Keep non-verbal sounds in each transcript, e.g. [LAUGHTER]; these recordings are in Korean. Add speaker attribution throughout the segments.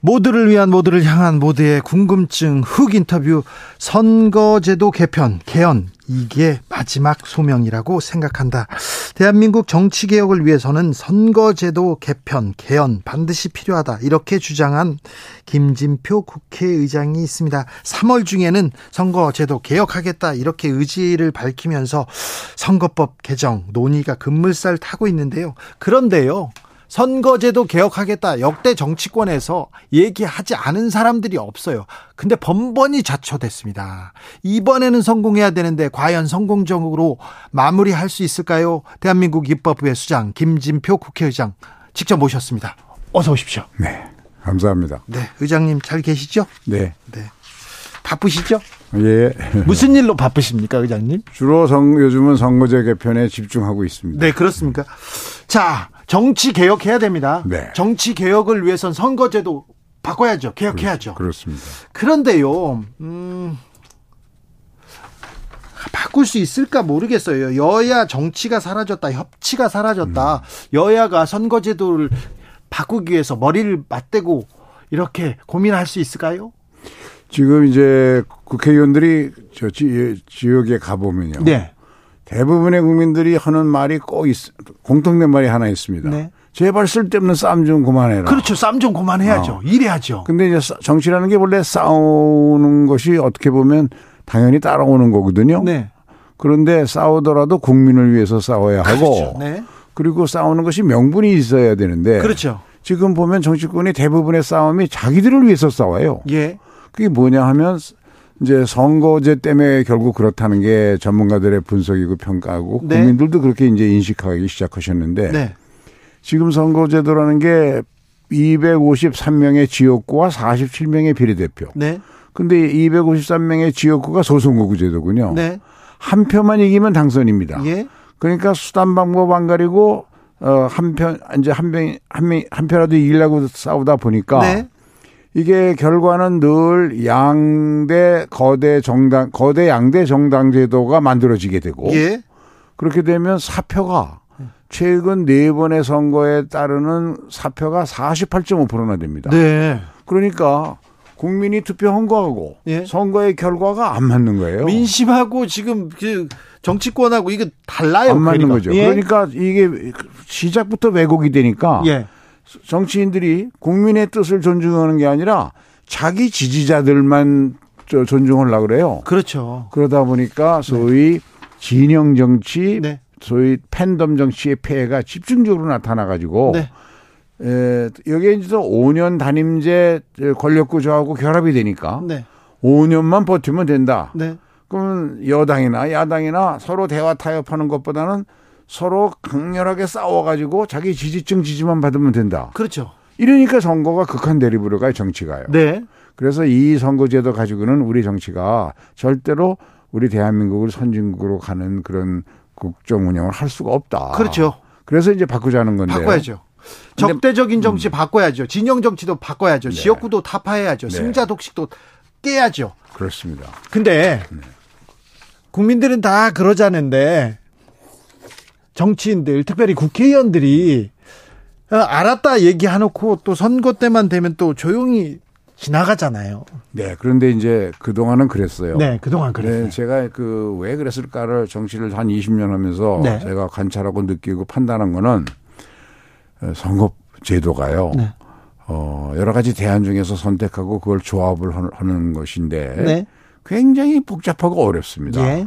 Speaker 1: 모두를 위한 모두를 향한 모두의 궁금증 흑 인터뷰 선거제도 개편 개헌 이게 마지막 소명이라고 생각한다. 대한민국 정치 개혁을 위해서는 선거제도 개편 개헌 반드시 필요하다. 이렇게 주장한 김진표 국회의장이 있습니다. 3월 중에는 선거제도 개혁하겠다 이렇게 의지를 밝히면서 선거법 개정 논의가 급물살 타고 있는데요. 그런데요. 선거제도 개혁하겠다 역대 정치권에서 얘기하지 않은 사람들이 없어요. 근데 번번이 자초됐습니다. 이번에는 성공해야 되는데 과연 성공적으로 마무리할 수 있을까요? 대한민국 입법부의 수장 김진표 국회의장 직접 모셨습니다. 어서 오십시오.
Speaker 2: 네, 감사합니다.
Speaker 1: 네, 의장님 잘 계시죠?
Speaker 2: 네,
Speaker 1: 네. 바쁘시죠?
Speaker 2: 예. [LAUGHS]
Speaker 1: 네. 무슨 일로 바쁘십니까, 의장님?
Speaker 2: 주로 선- 요즘은 선거제 개편에 집중하고 있습니다.
Speaker 1: 네, 그렇습니까? 자, 정치 개혁해야 됩니다.
Speaker 2: 네.
Speaker 1: 정치 개혁을 위해선 선거제도 바꿔야죠. 개혁해야죠.
Speaker 2: 그렇습니다.
Speaker 1: 그런데요, 음, 바꿀 수 있을까 모르겠어요. 여야 정치가 사라졌다, 협치가 사라졌다.
Speaker 2: 음.
Speaker 1: 여야가 선거제도를 바꾸기 위해서 머리를 맞대고 이렇게 고민할 수 있을까요?
Speaker 2: 지금 이제 국회의원들이 저 지, 지역에 가보면요.
Speaker 1: 네.
Speaker 2: 대부분의 국민들이 하는 말이 꼭 있, 공통된 말이 하나 있습니다.
Speaker 1: 네.
Speaker 2: 제발 쓸데없는 싸움 좀 그만해라.
Speaker 1: 그렇죠. 싸움 좀 그만해야죠.
Speaker 2: 어.
Speaker 1: 일해야죠.
Speaker 2: 근데 이제 싸- 정치라는 게 원래 싸우는 것이 어떻게 보면 당연히 따라오는 거거든요.
Speaker 1: 네.
Speaker 2: 그런데 싸우더라도 국민을 위해서 싸워야 하고
Speaker 1: 그렇죠. 네.
Speaker 2: 그리고 싸우는 것이 명분이 있어야 되는데
Speaker 1: 그렇죠.
Speaker 2: 지금 보면 정치권이 대부분의 싸움이 자기들을 위해서 싸워요.
Speaker 1: 예.
Speaker 2: 그게 뭐냐 하면 이제 선거제 때문에 결국 그렇다는 게 전문가들의 분석이고 평가하고
Speaker 1: 네.
Speaker 2: 국민들도 그렇게 이제 인식하기 시작하셨는데
Speaker 1: 네.
Speaker 2: 지금 선거제도라는 게 253명의 지역구와 47명의 비례대표.
Speaker 1: 네.
Speaker 2: 근데 253명의 지역구가 소선거구 제도군요.
Speaker 1: 네.
Speaker 2: 한 표만 이기면 당선입니다.
Speaker 1: 예.
Speaker 2: 그러니까 수단 방법 안 가리고 어한편 이제 한명한명한 표라도 이기려고 싸우다 보니까
Speaker 1: 네.
Speaker 2: 이게 결과는 늘 양대 거대 정당 거대 양대 정당 제도가 만들어지게 되고
Speaker 1: 예.
Speaker 2: 그렇게 되면 사표가 최근 네 번의 선거에 따르는 사표가 48.5%나 됩니다.
Speaker 1: 네.
Speaker 2: 그러니까 국민이 투표한 거하고
Speaker 1: 예.
Speaker 2: 선거의 결과가 안 맞는 거예요.
Speaker 1: 민심하고 지금 그 정치권하고 이거 달라요.
Speaker 2: 안 맞는
Speaker 1: 괴리가.
Speaker 2: 거죠.
Speaker 1: 예.
Speaker 2: 그러니까 이게 시작부터 왜곡이 되니까
Speaker 1: 예.
Speaker 2: 정치인들이 국민의 뜻을 존중하는 게 아니라 자기 지지자들만 저- 존중하려고 그래요.
Speaker 1: 그렇죠.
Speaker 2: 그러다 보니까 소위 진영 정치,
Speaker 1: 네.
Speaker 2: 소위 팬덤 정치의 폐해가 집중적으로 나타나 가지고
Speaker 1: 네.
Speaker 2: 에, 여기에 이제 또 5년 단임제 권력 구조하고 결합이 되니까
Speaker 1: 네.
Speaker 2: 5년만 버티면 된다.
Speaker 1: 네.
Speaker 2: 그러면 여당이나 야당이나 서로 대화 타협하는 것보다는 서로 강렬하게 싸워가지고 자기 지지층 지지만 받으면 된다.
Speaker 1: 그렇죠.
Speaker 2: 이러니까 선거가 극한 대립으로 가요, 정치가요.
Speaker 1: 네.
Speaker 2: 그래서 이 선거제도 가지고는 우리 정치가 절대로 우리 대한민국을 선진국으로 가는 그런 국정 운영을 할 수가 없다.
Speaker 1: 그렇죠.
Speaker 2: 그래서 이제 바꾸자는 건데.
Speaker 1: 바꿔야죠.
Speaker 2: 네. 근데- 음.
Speaker 1: 적대적인 정치 바꿔야죠. 진영 정치도 바꿔야죠. 지역구도 타파해야죠.
Speaker 2: 네.
Speaker 1: 승자 독식도 깨야죠.
Speaker 2: 그렇습니다.
Speaker 1: 근데
Speaker 2: 네.
Speaker 1: 국민들은 다 그러자는데 정치인들 특별히 국회의원들이 어, 알았다 얘기해놓고 또 선거 때만 되면 또 조용히 지나가잖아요.
Speaker 2: 네. 그런데 이제 그동안은 그랬어요.
Speaker 1: 네, 그동안 그랬어요.
Speaker 2: 네, 제가 그 왜 그랬을까를 정치를 한 20년 하면서
Speaker 1: 네.
Speaker 2: 제가 관찰하고 느끼고 판단한 거는 어, 선거 제도가요.
Speaker 1: 네.
Speaker 2: 어, 여러 가지 대안 중에서 선택하고 그걸 조합을 하- 하는 것인데
Speaker 1: 네.
Speaker 2: 굉장히 복잡하고 어렵습니다.
Speaker 1: 예.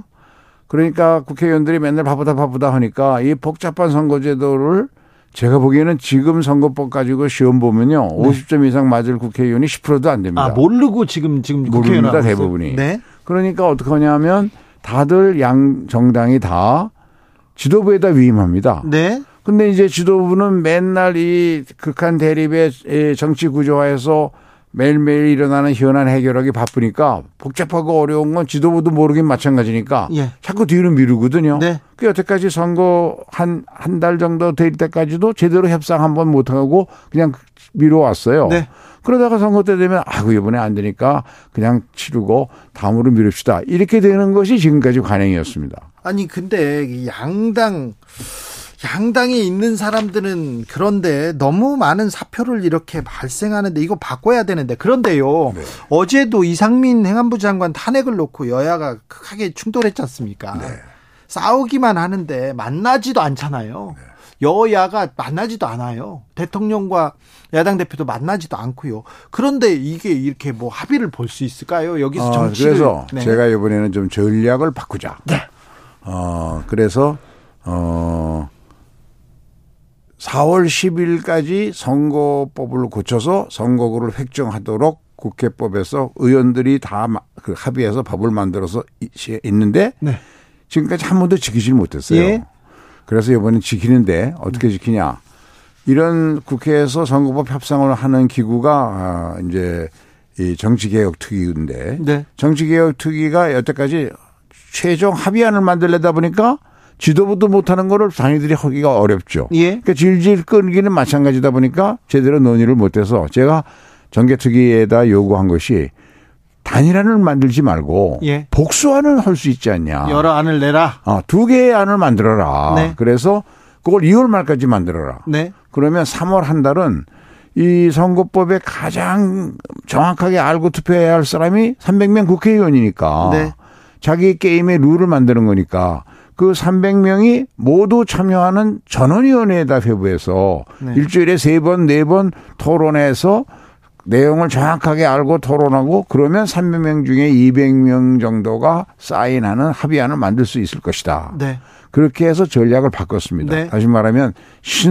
Speaker 2: 그러니까 국회의원들이 맨날 바쁘다 바쁘다 하니까 이 복잡한 선거제도를 제가 보기에는 지금 선거법 가지고 시험 보면요. 50점 이상 맞을 국회의원이 10%도 안 됩니다.
Speaker 1: 네. 아, 모르고 지금 지금 국회의원
Speaker 2: 모릅니다
Speaker 1: 하고 있어요?
Speaker 2: 대부분이.
Speaker 1: 네.
Speaker 2: 그러니까 어떻게 하냐면 다들 양 정당이 다 지도부에다 위임합니다.
Speaker 1: 네.
Speaker 2: 근데 이제 지도부는 맨날 이 극한 대립의 이 정치 구조화에서 매일매일 일어나는 현안 해결하기 바쁘니까 복잡하고 어려운 건 지도부도 모르긴 마찬가지니까
Speaker 1: 예.
Speaker 2: 자꾸 뒤로 미루거든요.
Speaker 1: 네.
Speaker 2: 그 여태까지 선거 한 한 달 정도 될 때까지도 제대로 협상 한 번 못하고 그냥 미뤄왔어요.
Speaker 1: 네.
Speaker 2: 그러다가 선거 때 되면 아이고 이번에 안 되니까 그냥 치르고 다음으로 미룹시다. 이렇게 되는 것이 지금까지 관행이었습니다.
Speaker 1: 아니 근데 이 양당 양당에 있는 사람들은 그런데 너무 많은 사표를 이렇게 발생하는데 이거 바꿔야 되는데 그런데요
Speaker 2: 네.
Speaker 1: 어제도 이상민 행안부 장관 탄핵을 놓고 여야가 크게 충돌했지 않습니까?
Speaker 2: 네.
Speaker 1: 싸우기만 하는데 만나지도 않잖아요.
Speaker 2: 네.
Speaker 1: 여야가 만나지도 않아요. 대통령과 야당 대표도 만나지도 않고요. 그런데 이게 이렇게 뭐 합의를 볼 수 있을까요? 여기서
Speaker 2: 어,
Speaker 1: 정치를
Speaker 2: 그래서
Speaker 1: 네.
Speaker 2: 제가 이번에는 좀 전략을 바꾸자. 어, 그래서 어 4월 10일까지 선거법을 고쳐서 선거구를 획정하도록 국회법에서 의원들이 다 그 합의해서 법을 만들어서 이- 시- 있는데
Speaker 1: 네.
Speaker 2: 지금까지 한 번도 지키질 못했어요.
Speaker 1: 예.
Speaker 2: 그래서 이번엔 지키는데 어떻게 지키냐. 이런 국회에서 선거법 협상을 하는 기구가 아, 이제 이 정치개혁 특위인데
Speaker 1: 네.
Speaker 2: 정치개혁 특위가 여태까지 최종 합의안을 만들려다 보니까 지도부도 못하는 거를 당위들이 하기가 어렵죠.
Speaker 1: 예.
Speaker 2: 그러니까 질질 끈기는 마찬가지다 보니까 제대로 논의를 못해서 제가 정개특위에다 요구한 것이 단일안을 만들지 말고
Speaker 1: 예.
Speaker 2: 복수안을 할 수 있지 않냐.
Speaker 1: 여러 안을 내라.
Speaker 2: 아, 두 개의 안을 만들어라.
Speaker 1: 네.
Speaker 2: 그래서 그걸 2월 말까지 만들어라.
Speaker 1: 네.
Speaker 2: 그러면 3월 한 달은 이 선거법에 가장 정확하게 알고 투표해야 할 사람이 300명 국회의원이니까
Speaker 1: 네.
Speaker 2: 자기 게임의 룰을 만드는 거니까 그 300명이 모두 참여하는 전원위원회에다 회부해서
Speaker 1: 네.
Speaker 2: 일주일에 세 번, 네 번 토론해서 내용을 정확하게 알고 토론하고 그러면 300명 중에 200명 정도가 사인하는 합의안을 만들 수 있을 것이다.
Speaker 1: 네.
Speaker 2: 그렇게 해서 전략을 바꿨습니다.
Speaker 1: 네.
Speaker 2: 다시 말하면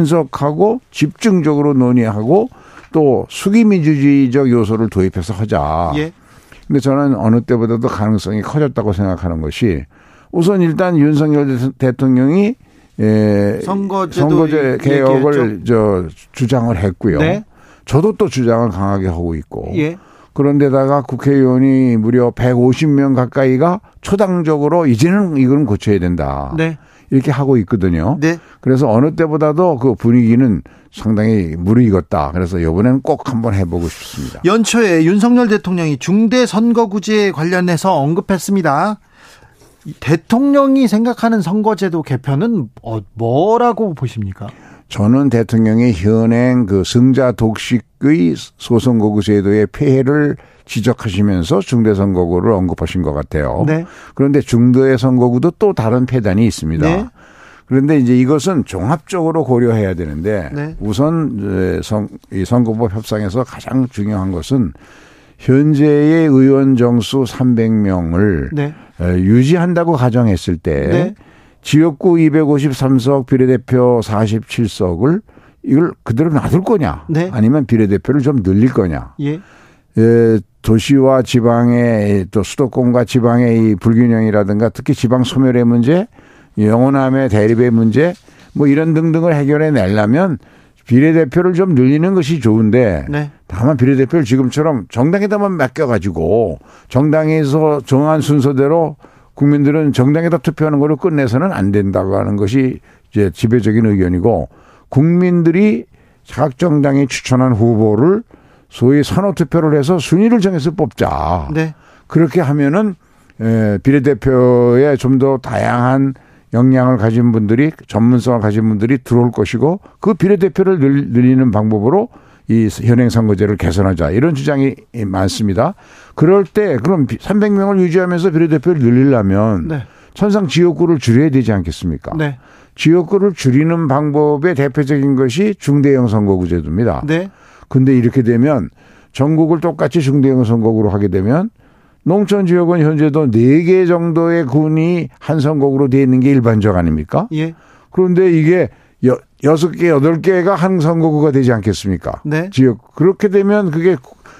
Speaker 2: 신속하고 집중적으로 논의하고 또 수기민주주의적 요소를 도입해서 하자.
Speaker 1: 예.
Speaker 2: 근데 저는 어느 때보다도 가능성이 커졌다고 생각하는 것이 우선 일단 윤석열 대- 대통령이 에,
Speaker 1: 선거제도
Speaker 2: 선거제
Speaker 1: 얘기-
Speaker 2: 개혁을 저 주장을 했고요.
Speaker 1: 네.
Speaker 2: 저도 또 주장을 강하게 하고 있고
Speaker 1: 예.
Speaker 2: 그런데다가 국회의원이 무려 150명 가까이가 초당적으로 이제는 이건 고쳐야 된다.
Speaker 1: 네.
Speaker 2: 이렇게 하고 있거든요.
Speaker 1: 네.
Speaker 2: 그래서 어느 때보다도 그 분위기는 상당히 무르익었다. 그래서 이번에는 꼭 한번 해보고 싶습니다.
Speaker 1: 연초에 윤석열 대통령이 중대 선거구제 관련해서 언급했습니다. 이 대통령이 생각하는 선거제도 개편은 어, 뭐라고 보십니까?
Speaker 2: 저는 대통령의 현행 그 승자 독식의 소선거구 제도의 폐해를 지적하시면서 중대선거구를 언급하신 것 같아요.
Speaker 1: 네.
Speaker 2: 그런데 중도의 선거구도 또 다른 폐단이 있습니다.
Speaker 1: 네.
Speaker 2: 그런데 이제 이것은 종합적으로 고려해야 되는데
Speaker 1: 네.
Speaker 2: 우선 이제 선- 이 선거법 협상에서 가장 중요한 것은 현재의 의원 정수 300명을
Speaker 1: 네.
Speaker 2: 유지한다고 가정했을 때
Speaker 1: 네.
Speaker 2: 지역구 253석 비례대표 47석을 이걸 그대로 놔둘 거냐
Speaker 1: 네.
Speaker 2: 아니면 비례대표를 좀 늘릴 거냐
Speaker 1: 예.
Speaker 2: 예, 도시와 지방의 또 수도권과 지방의 이 불균형이라든가 특히 지방 소멸의 문제, 영호남의 대립의 문제 뭐 이런 등등을 해결해 내려면 비례대표를 좀 늘리는 것이 좋은데
Speaker 1: 네.
Speaker 2: 다만 비례대표를 지금처럼 정당에다만 맡겨가지고 정당에서 정한 순서대로 국민들은 정당에다 투표하는 걸로 끝내서는 안 된다고 하는 것이 이제 지배적인 의견이고 국민들이 각 정당이 추천한 후보를 소위 선호 투표를 해서 순위를 정해서 뽑자.
Speaker 1: 네.
Speaker 2: 그렇게 하면은 에, 비례대표에 좀 더 다양한 역량을 가진 분들이 전문성을 가진 분들이 들어올 것이고 그 비례대표를 늘- 늘리는 방법으로 이 현행 선거제를 개선하자 이런 주장이 많습니다. 그럴 때 그럼 300명을 유지하면서 비례대표를 늘리려면
Speaker 1: 네.
Speaker 2: 천상 지역구를 줄여야 되지 않겠습니까?
Speaker 1: 네.
Speaker 2: 지역구를 줄이는 방법의 대표적인 것이 중대형 선거구제도입니다.
Speaker 1: 네.
Speaker 2: 근데 이렇게 되면 전국을 똑같이 중대형 선거구로 하게 되면 농촌 지역은 현재도 네 개 정도의 군이 한 선거구로 돼 있는 게 일반적 아닙니까?
Speaker 1: 예.
Speaker 2: 그런데 이게 여, 여섯 개, 여덟 개가 한 선거구가 되지 않겠습니까?
Speaker 1: 네.
Speaker 2: 지역. 그렇게 되면 그게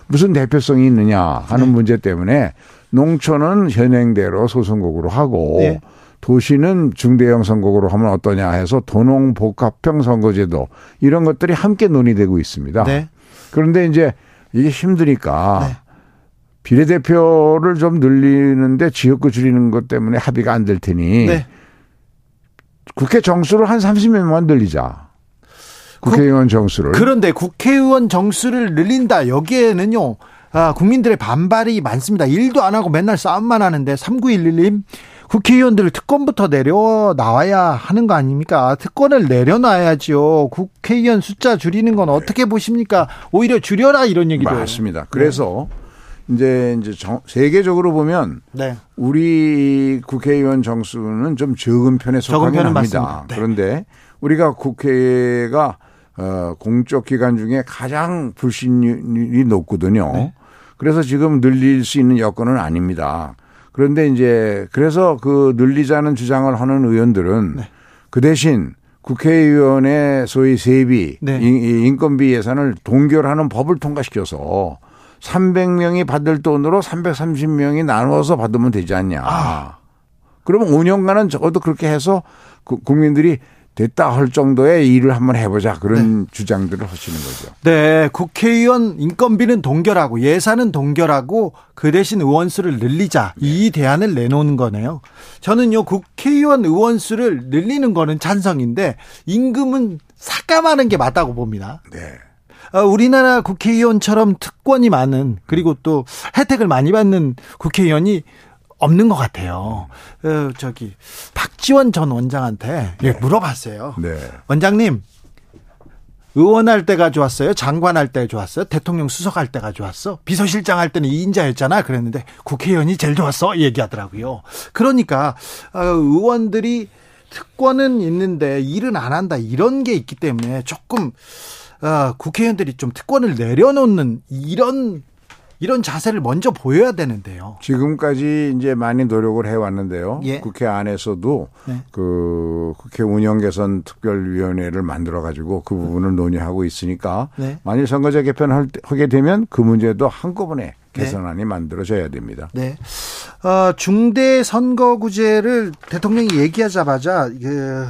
Speaker 2: 무슨 대표성이 있느냐 하는
Speaker 1: 네.
Speaker 2: 문제 때문에 농촌은 현행대로 소선거구로 하고
Speaker 1: 네.
Speaker 2: 도시는 중대형 선거구로 하면 어떠냐 해서 도농 복합형 선거제도 이런 것들이 함께 논의되고 있습니다.
Speaker 1: 네.
Speaker 2: 그런데 이제 이게 힘드니까 비례대표를 좀 늘리는데 지역구 줄이는 것 때문에 합의가 안 될 테니
Speaker 1: 네.
Speaker 2: 국회 정수를 한 30명만 늘리자. 국회의원 정수를.
Speaker 1: 그런데 국회의원 정수를 늘린다 여기에는요 아, 국민들의 반발이 많습니다 일도 안 하고 맨날 싸움만 하는데 3911님 국회의원들을 특권부터 내려 나와야 하는 거 아닙니까 특권을 내려놔야지요 국회의원 숫자 줄이는 건 어떻게 보십니까 오히려 줄여라 이런 얘기도
Speaker 2: 맞습니다. 그래서 이제 이제 정- 세계적으로 보면
Speaker 1: 네.
Speaker 2: 우리 국회의원 정수는 좀 적은 편에
Speaker 1: 적은
Speaker 2: 속하긴
Speaker 1: 편은
Speaker 2: 합니다.
Speaker 1: 맞습니다. 네.
Speaker 2: 그런데 우리가 국회가 어, 공적 기관 중에 가장 불신율이 높거든요. 그래서 지금 늘릴 수 있는 여건은 아닙니다. 그런데 이제 그래서 그 늘리자는 주장을 하는 의원들은 그 대신 국회의원의 소위 세비,
Speaker 1: 네.
Speaker 2: 인- 이 인건비 예산을 동결하는 법을 통과시켜서 300명이 받을 돈으로 330명이 나누어서 받으면 되지 않냐. 그러면 5년간은 적어도 그렇게 해서 그 국민들이 됐다 할 정도의 일을 한번 해보자 그런 주장들을 하시는 거죠.
Speaker 1: 네, 국회의원 인건비는 동결하고 예산은 동결하고 그 대신 의원수를 늘리자 이 대안을 내놓는 거네요. 저는요 국회의원 의원수를 늘리는 거는 찬성인데 임금은 삭감하는 게 맞다고 봅니다.
Speaker 2: 네.
Speaker 1: 어, 우리나라 국회의원처럼 특권이 많은 그리고 또 혜택을 많이 받는 국회의원이 없는 것 같아요. 어, 저기 박지원 전 원장한테 예, 물어봤어요.
Speaker 2: 네.
Speaker 1: 원장님 의원할 때가 좋았어요 장관할 때 좋았어요 대통령 수석할 때가 좋았어 비서실장 할 때는 2인자였잖아 그랬는데 국회의원이 제일 좋았어 얘기하더라고요 그러니까 어, 의원들이 특권은 있는데 일은 안 한다 이런 게 있기 때문에 조금 어, 국회의원들이 좀 특권을 내려놓는 이런 이런 자세를 먼저 보여야 되는데요
Speaker 2: 지금까지 이제 많이 노력을 해왔는데요.
Speaker 1: 예.
Speaker 2: 국회 안에서도
Speaker 1: 네.
Speaker 2: 그 국회 운영 개선 특별위원회를 만들어 가지고 그 부분을 논의하고 있으니까
Speaker 1: 네.
Speaker 2: 만일 선거제 개편을 하게 되면 그 문제도 한꺼번에 개선안이 만들어져야 됩니다.
Speaker 1: 네. 어, 중대 선거구제를 대통령이 얘기하자마자 그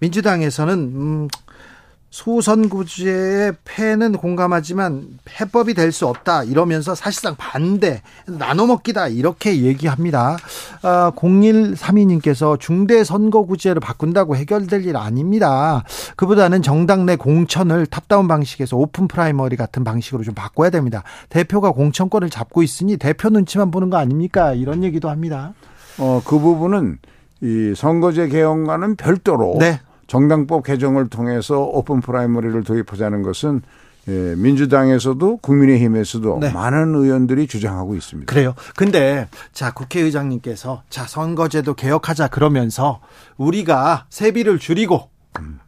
Speaker 1: 민주당에서는 음, 소선구제의 폐는 공감하지만 해법이 될 수 없다 이러면서 사실상 반대 나눠먹기다 이렇게 얘기합니다. 아, 0132님께서 중대 선거구제를 바꾼다고 해결될 일 아닙니다. 그보다는 정당 내 공천을 탑다운 방식에서 오픈 프라이머리 같은 방식으로 좀 바꿔야 됩니다. 대표가 공천권을 잡고 있으니 대표 눈치만 보는 거 아닙니까? 이런 얘기도 합니다.
Speaker 2: 어, 그 부분은 이 선거제 개혁과는 별도로
Speaker 1: 네.
Speaker 2: 정당법 개정을 통해서 오픈 프라이머리를 도입하자는 것은 예, 민주당에서도 국민의힘에서도
Speaker 1: 네.
Speaker 2: 많은 의원들이 주장하고 있습니다.
Speaker 1: 그래요. 근데 자 국회의장님께서 자 선거제도 개혁하자 그러면서 우리가 세비를 줄이고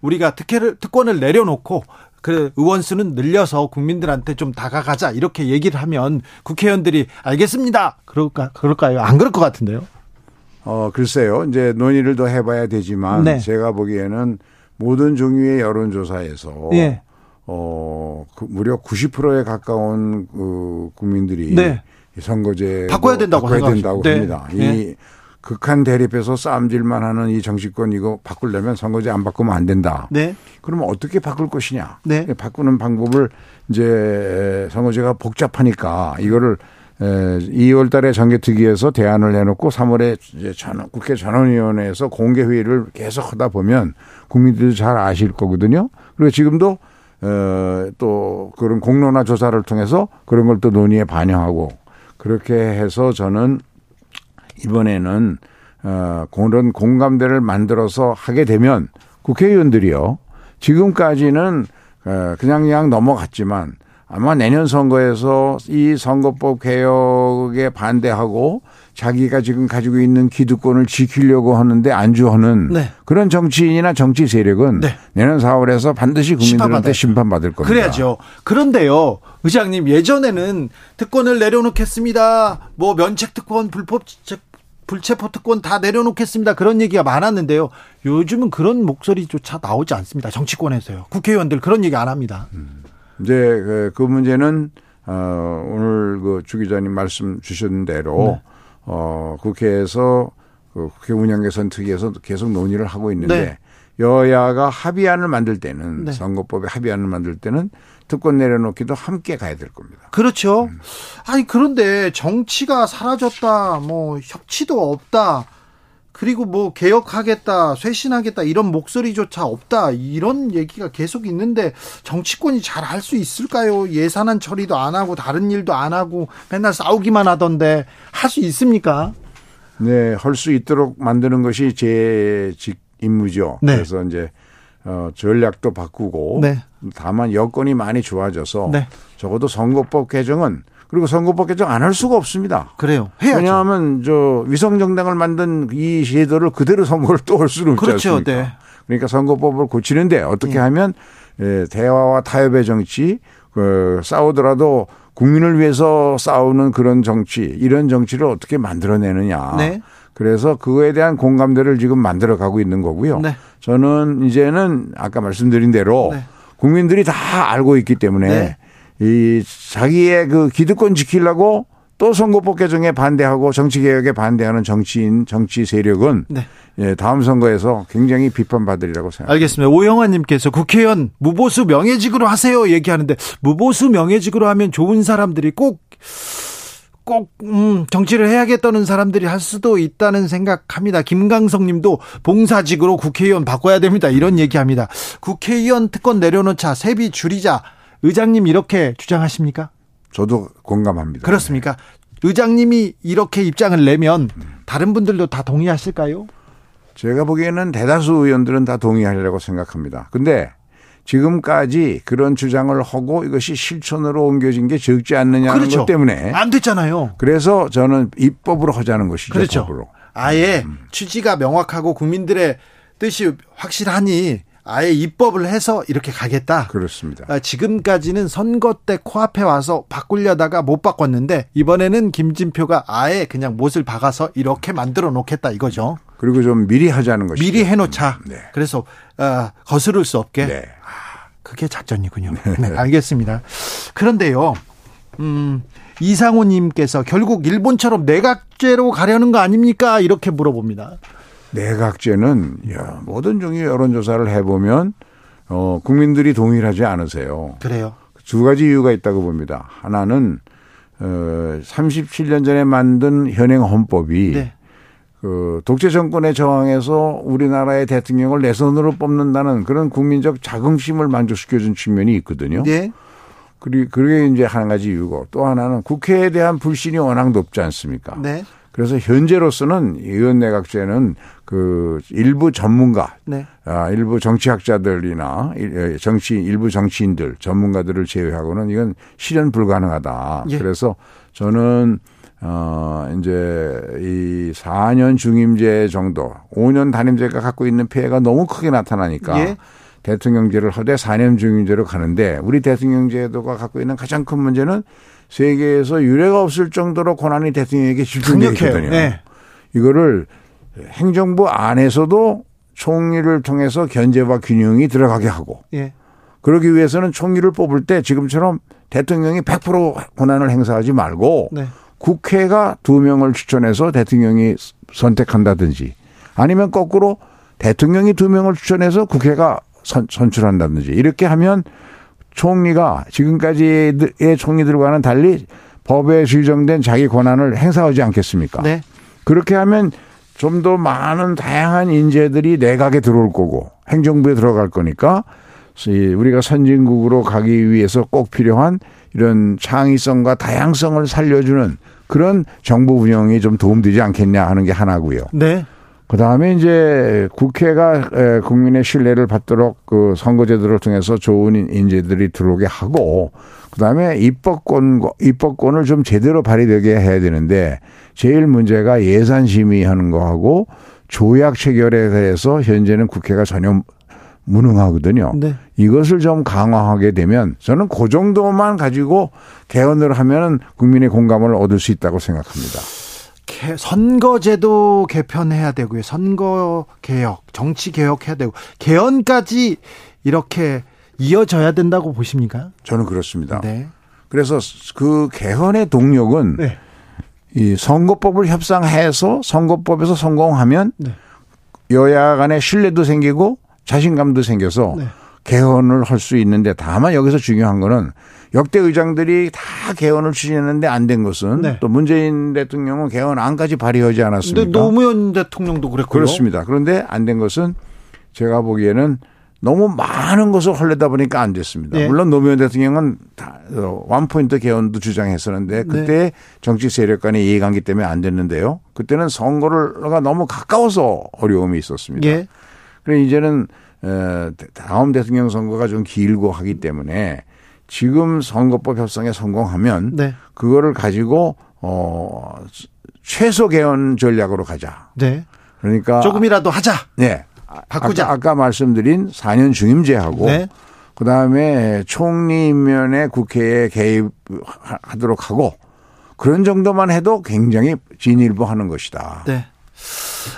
Speaker 1: 우리가 특혜를 특권을 내려놓고 그 의원 수는 늘려서 국민들한테 좀 다가가자 이렇게 얘기를 하면 국회의원들이 알겠습니다. 그럴까 그럴까요? 안 그럴 것 같은데요.
Speaker 2: 어, 글쎄요. 이제 논의를 더 해봐야 되지만
Speaker 1: 네.
Speaker 2: 제가 보기에는 모든 종류의 여론조사에서
Speaker 1: 예.
Speaker 2: 어, 그 무려 90%에 가까운 그 국민들이
Speaker 1: 네.
Speaker 2: 이 선거제 뭐
Speaker 1: 바꿔야 된다고
Speaker 2: 바꿔야
Speaker 1: 생각하시-
Speaker 2: 된다고
Speaker 1: 네.
Speaker 2: 합니다.
Speaker 1: 네.
Speaker 2: 이 극한 대립에서 싸움질만 하는 이 정치권 이거 바꾸려면 선거제 안 바꾸면 안 된다.
Speaker 1: 네.
Speaker 2: 그러면 어떻게 바꿀 것이냐? 예,
Speaker 1: 네.
Speaker 2: 바꾸는 방법을 이제 선거제가 복잡하니까 이거를 2월 달에 정개특위에서 대안을 내놓고 3월에 이제 전, 국회 전원위원회에서 공개회의를 계속 하다 보면 국민들도 잘 아실 거거든요. 그리고 지금도 어, 또 그런 공론화 조사를 통해서 그런 걸 또 논의에 반영하고 그렇게 해서 저는 이번에는 어, 그런 공감대를 만들어서 하게 되면 국회의원들이요. 지금까지는 어, 그냥 그냥 넘어갔지만 아마 내년 선거에서 이 선거법 개혁에 반대하고 자기가 지금 가지고 있는 기득권을 지키려고 하는데 안주하는
Speaker 1: 네.
Speaker 2: 그런 정치인이나 정치 세력은
Speaker 1: 네.
Speaker 2: 내년 4월에서 반드시
Speaker 1: 심판받아요.
Speaker 2: 국민들한테 심판받을 겁니다.
Speaker 1: 그래야죠. 그런데요, 의장님 예전에는 특권을 내려놓겠습니다. 뭐 면책 특권, 불법 체- 불체포 특권 다 내려놓겠습니다. 그런 얘기가 많았는데요. 요즘은 그런 목소리조차 나오지 않습니다. 정치권에서요. 국회의원들 그런 얘기 안 합니다.
Speaker 2: 이제 그- 그 문제는 어, 오늘 그 주 기자님 말씀 주신
Speaker 1: 네.
Speaker 2: 대로 어, 국회에서 그 국회 운영 개선 특위에서 계속 논의를 하고 있는데
Speaker 1: 네.
Speaker 2: 여야가 합의안을 만들 때는
Speaker 1: 네.
Speaker 2: 선거법의 합의안을 만들 때는 특권 내려놓기도 함께 가야 될 겁니다.
Speaker 1: 그렇죠. 아니 그런데 정치가 사라졌다, 뭐 협치도 없다, 그리고 뭐 개혁하겠다, 쇄신하겠다 이런 목소리조차 없다 이런 얘기가 계속 있는데 정치권이 잘 할 수 있을까요? 예산안 처리도 안 하고 다른 일도 안 하고 맨날 싸우기만 하던데 할 수 있습니까?
Speaker 2: 네, 할 수 있도록 만드는 것이 제 직 임무죠.
Speaker 1: 네.
Speaker 2: 그래서 이제 어 전략도 바꾸고
Speaker 1: 네.
Speaker 2: 다만 여건이 많이 좋아져서
Speaker 1: 네.
Speaker 2: 적어도 선거법 개정은 그리고 선거법 개정 안 할 수가 없습니다.
Speaker 1: 그래요. 해야죠.
Speaker 2: 왜냐하면 저 위성 정당을 만든 이 제도를 그대로 선거를 또 할 수는 없지
Speaker 1: 그렇죠.
Speaker 2: 않습니까?
Speaker 1: 네.
Speaker 2: 그러니까 선거법을 고치는데 어떻게 하면 예, 대화와 타협의 정치, 그 싸우더라도 국민을 위해서 싸우는 그런 정치, 이런 정치를 어떻게 만들어내느냐.
Speaker 1: 네.
Speaker 2: 그래서 그거에 대한 공감대를 지금 만들어 가고 있는 거고요.
Speaker 1: 네.
Speaker 2: 저는 이제는 아까 말씀드린 대로
Speaker 1: 네.
Speaker 2: 국민들이 다 알고 있기 때문에
Speaker 1: 네.
Speaker 2: 이 자기의 그 기득권 지키려고 또 선거법 개정에 반대하고 정치 개혁에 반대하는 정치인 정치 세력은
Speaker 1: 네.
Speaker 2: 예, 다음 선거에서 굉장히 비판받으리라고 생각합니다.
Speaker 1: 알겠습니다. 오영환님께서 국회의원 무보수 명예직으로 하세요 얘기하는데 무보수 명예직으로 하면 좋은 사람들이 꼭 꼭, 음, 정치를 해야겠다는 사람들이 할 수도 있다는 생각합니다. 김강성 님도 봉사직으로 국회의원 바꿔야 됩니다. 이런 얘기합니다. 국회의원 특권 내려놓자, 세비 줄이자. 의장님 이렇게 주장하십니까?
Speaker 2: 저도 공감합니다.
Speaker 1: 아, 그렇습니까? 의장님이 이렇게 입장을 내면 다른 분들도 다 동의하실까요?
Speaker 2: 제가 보기에는 대다수 의원들은 다 동의하려고 생각합니다. 근데 지금까지 그런 주장을 하고 이것이 실천으로 옮겨진 게 적지 않느냐는 것 때문에
Speaker 1: 안 그렇죠. 됐잖아요.
Speaker 2: 그래서 저는 입법으로 하자는 것이죠.
Speaker 1: 그렇죠.
Speaker 2: 법으로. 음,
Speaker 1: 아예 취지가 명확하고 국민들의 뜻이 확실하니 아예 입법을 해서 이렇게 가겠다.
Speaker 2: 그렇습니다.
Speaker 1: 아, 지금까지는 선거 때 코앞에 와서 바꾸려다가 못 바꿨는데 이번에는 김진표가 아예 그냥 못을 박아서 이렇게 만들어 놓겠다 이거죠.
Speaker 2: 그리고 좀 미리 하자는 것이죠.
Speaker 1: 미리 해놓자. 그래서 아, 거스를 수 없게.
Speaker 2: 음, 네.
Speaker 1: 그게 작전이군요. 네, 알겠습니다. 그런데요, 음, 이상호님께서 결국 일본처럼 내각제로 가려는 거 아닙니까? 이렇게 물어봅니다.
Speaker 2: 내각제는 야, 모든 종류의 여론조사를 해보면 어, 국민들이 동일하지 않으세요.
Speaker 1: 그래요.
Speaker 2: 두 가지 이유가 있다고 봅니다. 하나는 어, 37년 전에 만든 현행 헌법이
Speaker 1: 네.
Speaker 2: 그 독재 정권에 저항해서 우리나라의 대통령을 내 손으로 뽑는다는 그런 국민적 자긍심을 만족시켜준 측면이 있거든요.
Speaker 1: 네.
Speaker 2: 그리- 그게 이제 한 가지 이유고 또 하나는 국회에 대한 불신이 워낙 높지 않습니까?
Speaker 1: 네.
Speaker 2: 그래서 현재로서는 의원내각제는 그 일부 전문가,
Speaker 1: 네.
Speaker 2: 아, 일부 정치학자들이나 일- 에, 정치 일부 정치인들 전문가들을 제외하고는 이건 실현 불가능하다.
Speaker 1: 예.
Speaker 2: 그래서 저는 어 이제 이 4년 중임제 정도, 5년 단임제가 갖고 있는 피해가 너무 크게 나타나니까
Speaker 1: 예.
Speaker 2: 대통령제를 하되 4년 중임제로 가는데 우리 대통령제도가 갖고 있는 가장 큰 문제는 세계에서 유례가 없을 정도로 권한이 대통령에게 집중되어
Speaker 1: 강력해요.
Speaker 2: 있거든요.
Speaker 1: 네.
Speaker 2: 이거를 행정부 안에서도 총리를 통해서 견제와 균형이 들어가게 하고
Speaker 1: 예.
Speaker 2: 그러기 위해서는 총리를 뽑을 때 지금처럼 대통령이 100% 권한을 행사하지 말고
Speaker 1: 네.
Speaker 2: 국회가 두 명을 추천해서 대통령이 선택한다든지 아니면 거꾸로 대통령이 두 명을 추천해서 국회가 선, 선출한다든지 이렇게 하면 총리가 지금까지의 총리들과는 달리 법에 규정된 자기 권한을 행사하지 않겠습니까?
Speaker 1: 네.
Speaker 2: 그렇게 하면 좀 더 많은 다양한 인재들이 내각에 들어올 거고 행정부에 들어갈 거니까 이 우리가 선진국으로 가기 위해서 꼭 필요한 이런 창의성과 다양성을 살려주는 그런 정부 운영이 좀 도움되지 않겠냐 하는 게 하나고요.
Speaker 1: 네.
Speaker 2: 그 다음에 이제 국회가 에, 국민의 신뢰를 받도록 그 선거제도를 통해서 좋은 인- 인재들이 들어오게 하고 그 다음에 입법권, 입법권을 좀 제대로 발휘되게 해야 되는데 제일 문제가 예산 심의하는 거하고 조약 체결에 대해서 현재는 국회가 전혀 무능하거든요.
Speaker 1: 네.
Speaker 2: 이것을 좀 강화하게 되면 저는 그 정도만 가지고 개헌을 하면 국민의 공감을 얻을 수 있다고 생각합니다.
Speaker 1: 개- 선거제도 개편해야 되고요. 선거 개혁, 정치 개혁해야 되고 개헌까지 이렇게 이어져야 된다고 보십니까?
Speaker 2: 저는 그렇습니다.
Speaker 1: 네.
Speaker 2: 그래서 그 개헌의 동력은
Speaker 1: 네.
Speaker 2: 이 선거법을 협상해서 선거법에서 성공하면
Speaker 1: 네.
Speaker 2: 여야 간의 신뢰도 생기고 자신감도 생겨서
Speaker 1: 네.
Speaker 2: 개헌을 할 수 있는데 다만 여기서 중요한 거는 역대 의장들이 다 개헌을 추진했는데 안 된 것은
Speaker 1: 네.
Speaker 2: 또 문재인 대통령은 개헌안까지 발의하지 않았습니까?
Speaker 1: 근데 노무현 대통령도 그랬고요.
Speaker 2: 그렇습니다. 그런데 안 된 것은 제가 보기에는 너무 많은 것을 헐려다 보니까 안 됐습니다.
Speaker 1: 예.
Speaker 2: 물론 노무현 대통령은 다, 어, 원포인트
Speaker 1: 네.
Speaker 2: 개헌도 주장했었는데 그때 정치 세력 간의 이해관계 때문에 안 됐는데요. 그때는 선거가 너무 가까워서 어려움이 있었습니다.
Speaker 1: 예.
Speaker 2: 그래 이제는 어, 다음 대통령 선거가 좀 길고 하기 때문에 지금 선거법 협상에 성공하면
Speaker 1: 네.
Speaker 2: 그거를 가지고 어 최소 개헌 전략으로 가자.
Speaker 1: 네.
Speaker 2: 그러니까
Speaker 1: 조금이라도 하자.
Speaker 2: 네.
Speaker 1: 바꾸자.
Speaker 2: 아까, 아까 말씀드린 4년 중임제하고
Speaker 1: 네.
Speaker 2: 그다음에 총리 임면에 국회에 개입하도록 하고 그런 정도만 해도 굉장히 진일보하는 것이다.
Speaker 1: 네.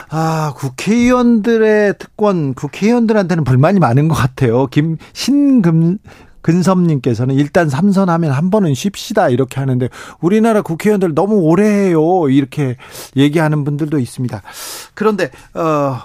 Speaker 1: 아, 국회의원들의 특권, 국회의원들한테는 불만이 많은 것 같아요. 김, 신금, 근섭님께서는 일단 삼선 하면 한 번은 쉽시다. 이렇게 하는데 우리나라 국회의원들 너무 오래 해요. 이렇게 얘기하는 분들도 있습니다. 그런데, 어,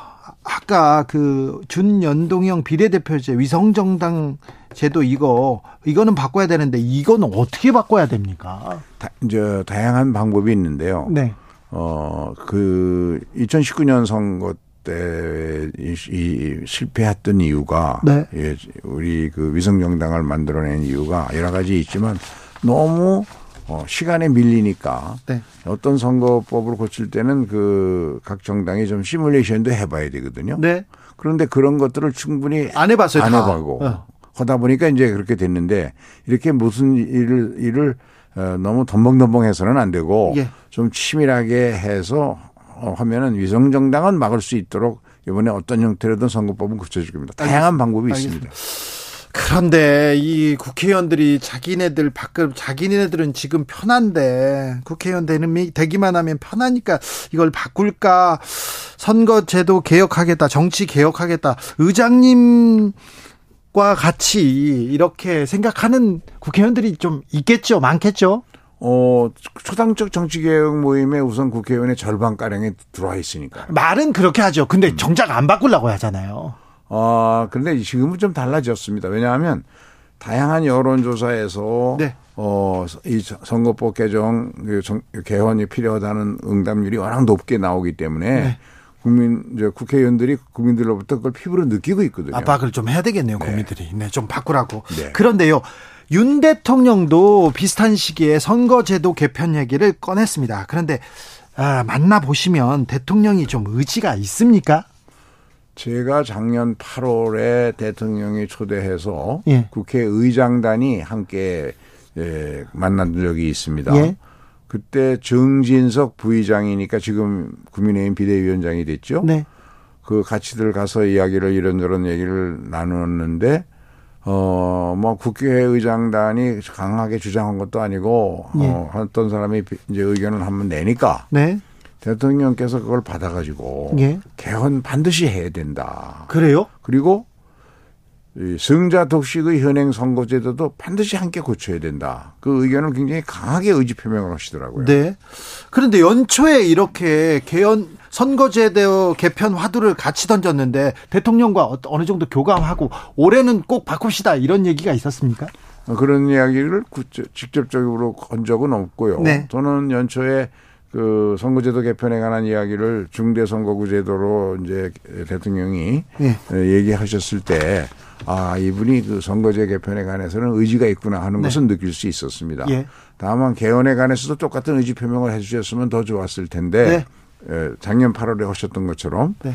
Speaker 1: 아까 그 준연동형 비례대표제 위성정당 제도 이거, 이거는 바꿔야 되는데 이거는 어떻게 바꿔야 됩니까?
Speaker 2: 다, 이제 다양한 방법이 있는데요.
Speaker 1: 네.
Speaker 2: 어, 그 2019년 선거 때 이, 이 실패했던 이유가
Speaker 1: 네.
Speaker 2: 예, 우리 그 위성 정당을 만들어낸 이유가 여러 가지 있지만 너무 어, 시간에 밀리니까
Speaker 1: 네.
Speaker 2: 어떤 선거법을 고칠 때는 그 각 정당이 좀 시뮬레이션도 해봐야 되거든요.
Speaker 1: 네.
Speaker 2: 그런데 그런 것들을 충분히
Speaker 1: 안 해봤어요,
Speaker 2: 안
Speaker 1: 다.
Speaker 2: 해보고
Speaker 1: 어.
Speaker 2: 하다 보니까 이제 그렇게 됐는데 이렇게 무슨 일을 일을 어, 너무 덤벙덤벙해서는 안 되고
Speaker 1: 예.
Speaker 2: 좀 치밀하게 해서 어, 하면은 위성 정당은 막을 수 있도록 이번에 어떤 형태로든 선거법은 고쳐줄 겁니다. 다양한 방법이 있습니다.
Speaker 1: 그런데 이 국회의원들이 자기네들 밖을 자기네들은 지금 편한데 국회의원 되는 되기만 하면 편하니까 이걸 바꿀까 선거제도 개혁하겠다 정치 개혁하겠다 의장님과 같이 이렇게 생각하는 국회의원들이 좀 있겠죠 많겠죠
Speaker 2: 어, 초당적 정치개혁 모임에 우선 국회의원의 절반 가량이 들어와 있으니까.
Speaker 1: 말은 그렇게 하죠 근데 정작 안 바꾸려고 하잖아요
Speaker 2: 아, 그런데 지금은 좀 달라졌습니다. 왜냐하면 다양한 여론조사에서
Speaker 1: 네.
Speaker 2: 어, 이 선거법 개정, 그 정- 개헌이 필요하다는 응답률이 워낙 높게 나오기 때문에
Speaker 1: 네.
Speaker 2: 국민, 이제 국회의원들이 국민들로부터 그걸 피부로 느끼고 있거든요.
Speaker 1: 압박을 아, 좀 해야 되겠네요, 국민들이. 네, 좀 바꾸라고.
Speaker 2: 네.
Speaker 1: 그런데요, 윤 대통령도 비슷한 시기에 선거제도 개편 얘기를 꺼냈습니다. 그런데 아, 만나보시면 대통령이 좀 의지가 있습니까?
Speaker 2: 제가 작년 8월에 대통령이 초대해서
Speaker 1: 예.
Speaker 2: 국회의장단이 함께 예, 만난 적이 있습니다.
Speaker 1: 예.
Speaker 2: 그때 정진석 부의장이니까 지금 국민의힘 비대위원장이 됐죠.
Speaker 1: 네.
Speaker 2: 그 같이들 가서 이야기를 이런저런 얘기를 나누었는데 어뭐 국회의장단이 강하게 주장한 것도 아니고 어, 어떤 사람이 이제 의견을 한번 내니까
Speaker 1: 네.
Speaker 2: 대통령께서 그걸 받아가지고
Speaker 1: 예.
Speaker 2: 개헌 반드시 해야 된다.
Speaker 1: 그래요?
Speaker 2: 그리고 이 승자 독식의 현행 선거제도도 반드시 함께 고쳐야 된다. 그 의견을 굉장히 강하게 의지 표명을 하시더라고요.
Speaker 1: 네. 그런데 연초에 이렇게 개헌 선거제도 개편 화두를 같이 던졌는데 대통령과 어- 어느 정도 교감하고 올해는 꼭 바꿉시다 이런 얘기가 있었습니까?
Speaker 2: 어, 그런 이야기를 구체- 직접적으로 건 적은 없고요.
Speaker 1: 네.
Speaker 2: 저는 연초에 그 선거제도 개편에 관한 이야기를 중대선거구제도로 이제 대통령이
Speaker 1: 예.
Speaker 2: 어, 얘기하셨을 때 아, 이분이 그 선거제 개편에 관해서는 의지가 있구나 하는 것은 느낄 수 있었습니다.
Speaker 1: 네. 예.
Speaker 2: 다만 개헌에 관해서도 똑같은 의지 표명을 해 주셨으면 더 좋았을 텐데 예, 작년 8월에 하셨던 것처럼
Speaker 1: 네.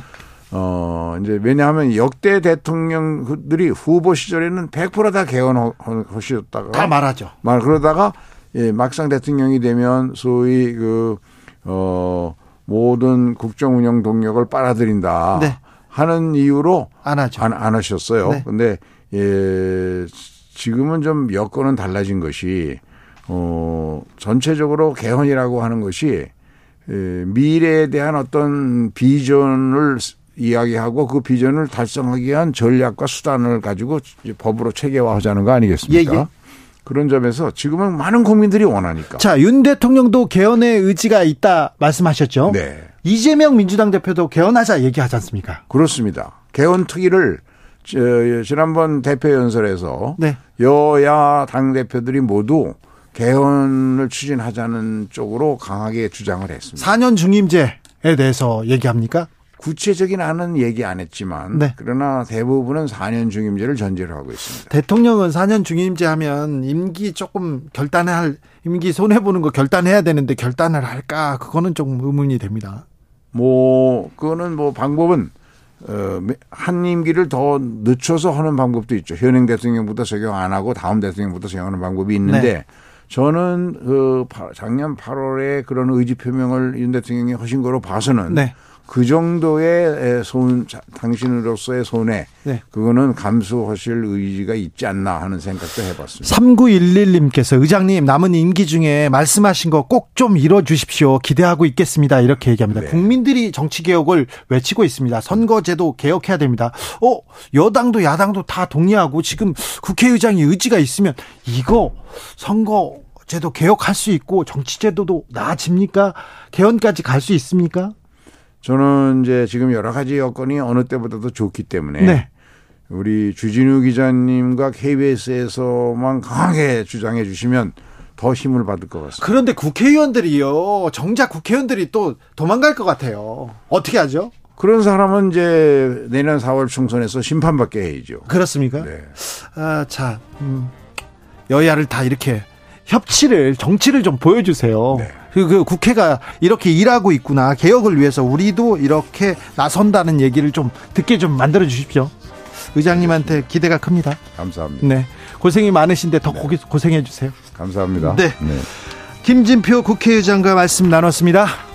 Speaker 2: 어, 이제 왜냐하면 역대 대통령들이 후보 시절에는 100%다 개헌하셨다가
Speaker 1: 다 말하죠.
Speaker 2: 말 그러다가 예, 막상 대통령이 되면 소위 그, 어, 모든 국정 운영 동력을 빨아들인다
Speaker 1: 네.
Speaker 2: 하는 이유로
Speaker 1: 안 하죠.
Speaker 2: 안, 안 하셨어요.
Speaker 1: 네.
Speaker 2: 근데 예, 지금은 좀 여건은 달라진 것이 어, 전체적으로 개헌이라고 하는 것이 예, 미래에 대한 어떤 비전을 스- 이야기하고 그 비전을 달성하기 위한 전략과 수단을 가지고 이제 법으로 체계화하자는 거 아니겠습니까?
Speaker 1: 예, 예.
Speaker 2: 그런 점에서 지금은 많은 국민들이 원하니까.
Speaker 1: 자, 윤 대통령도 개헌의 의지가 있다 말씀하셨죠?
Speaker 2: 네.
Speaker 1: 이재명 민주당 대표도 개헌하자 얘기하지 않습니까?
Speaker 2: 그렇습니다. 개헌 특위를 저, 지난번 대표 연설에서
Speaker 1: 네.
Speaker 2: 여야 당 대표들이 모두 개헌을 추진하자는 쪽으로 강하게 주장을 했습니다.
Speaker 1: 4년 중임제에 대해서 얘기합니까?
Speaker 2: 구체적인 안은 얘기 안 했지만
Speaker 1: 네.
Speaker 2: 그러나 대부분은 4년 중임제를 전제로 하고 있습니다.
Speaker 1: 대통령은 4년 중임제 하면 임기 조금 결단을 할 임기 손해 보는 거 결단해야 되는데 결단을 할까? 그거는 좀 의문이 됩니다.
Speaker 2: 뭐 그거는 뭐 방법은 어, 한 임기를 더 늦춰서 하는 방법도 있죠. 현행 대통령부터 적용 안 하고 다음 대통령부터 적용하는 방법이 있는데
Speaker 1: 네.
Speaker 2: 저는 그 파- 작년 8월에 그런 의지 표명을 윤 대통령이 하신 거로 봐서는
Speaker 1: 네.
Speaker 2: 그 정도의 에, 손 자- 당신으로서의 손해
Speaker 1: 네.
Speaker 2: 그거는 감수하실 의지가 있지 않나 하는 생각도 해봤습니다.
Speaker 1: 3911님께서 의장님 남은 임기 중에 말씀하신 거 꼭 좀 이뤄 주십시오. 기대하고 있겠습니다. 이렇게 얘기합니다.
Speaker 2: 네.
Speaker 1: 국민들이 정치 개혁을 외치고 있습니다. 선거제도 개혁해야 됩니다. 어, 여당도 야당도 다 동의하고 지금 국회의장이 의지가 있으면 이거 선거제도 개혁할 수 있고 정치제도도 나아집니까? 개헌까지 갈 수 있습니까?
Speaker 2: 저는 이제 지금 여러 가지 여건이 어느 때보다도 좋기 때문에
Speaker 1: 네.
Speaker 2: 우리 주진우 기자님과 KBS에서만 강하게 주장해 주시면 더 힘을 받을 것 같습니다.
Speaker 1: 그런데 국회의원들이요. 정작 국회의원들이 또 도망갈 것 같아요. 어떻게 하죠?
Speaker 2: 그런 사람은 이제 내년 4월 총선에서 심판받게 해야죠.
Speaker 1: 그렇습니까?
Speaker 2: 네.
Speaker 1: 아, 자, 음, 여야를 다 이렇게 협치를, 정치를 좀 보여주세요.
Speaker 2: 네.
Speaker 1: 그, 그 국회가 이렇게 일하고 있구나. 개혁을 위해서 우리도 이렇게 나선다는 얘기를 좀 듣게 좀 만들어 주십시오. 의장님한테 기대가 큽니다.
Speaker 2: 감사합니다.
Speaker 1: 네. 고생이 많으신데 더 고기- 고생해 주세요.
Speaker 2: 감사합니다. 네.
Speaker 1: 네. 김진표 국회의장과 말씀 나눴습니다.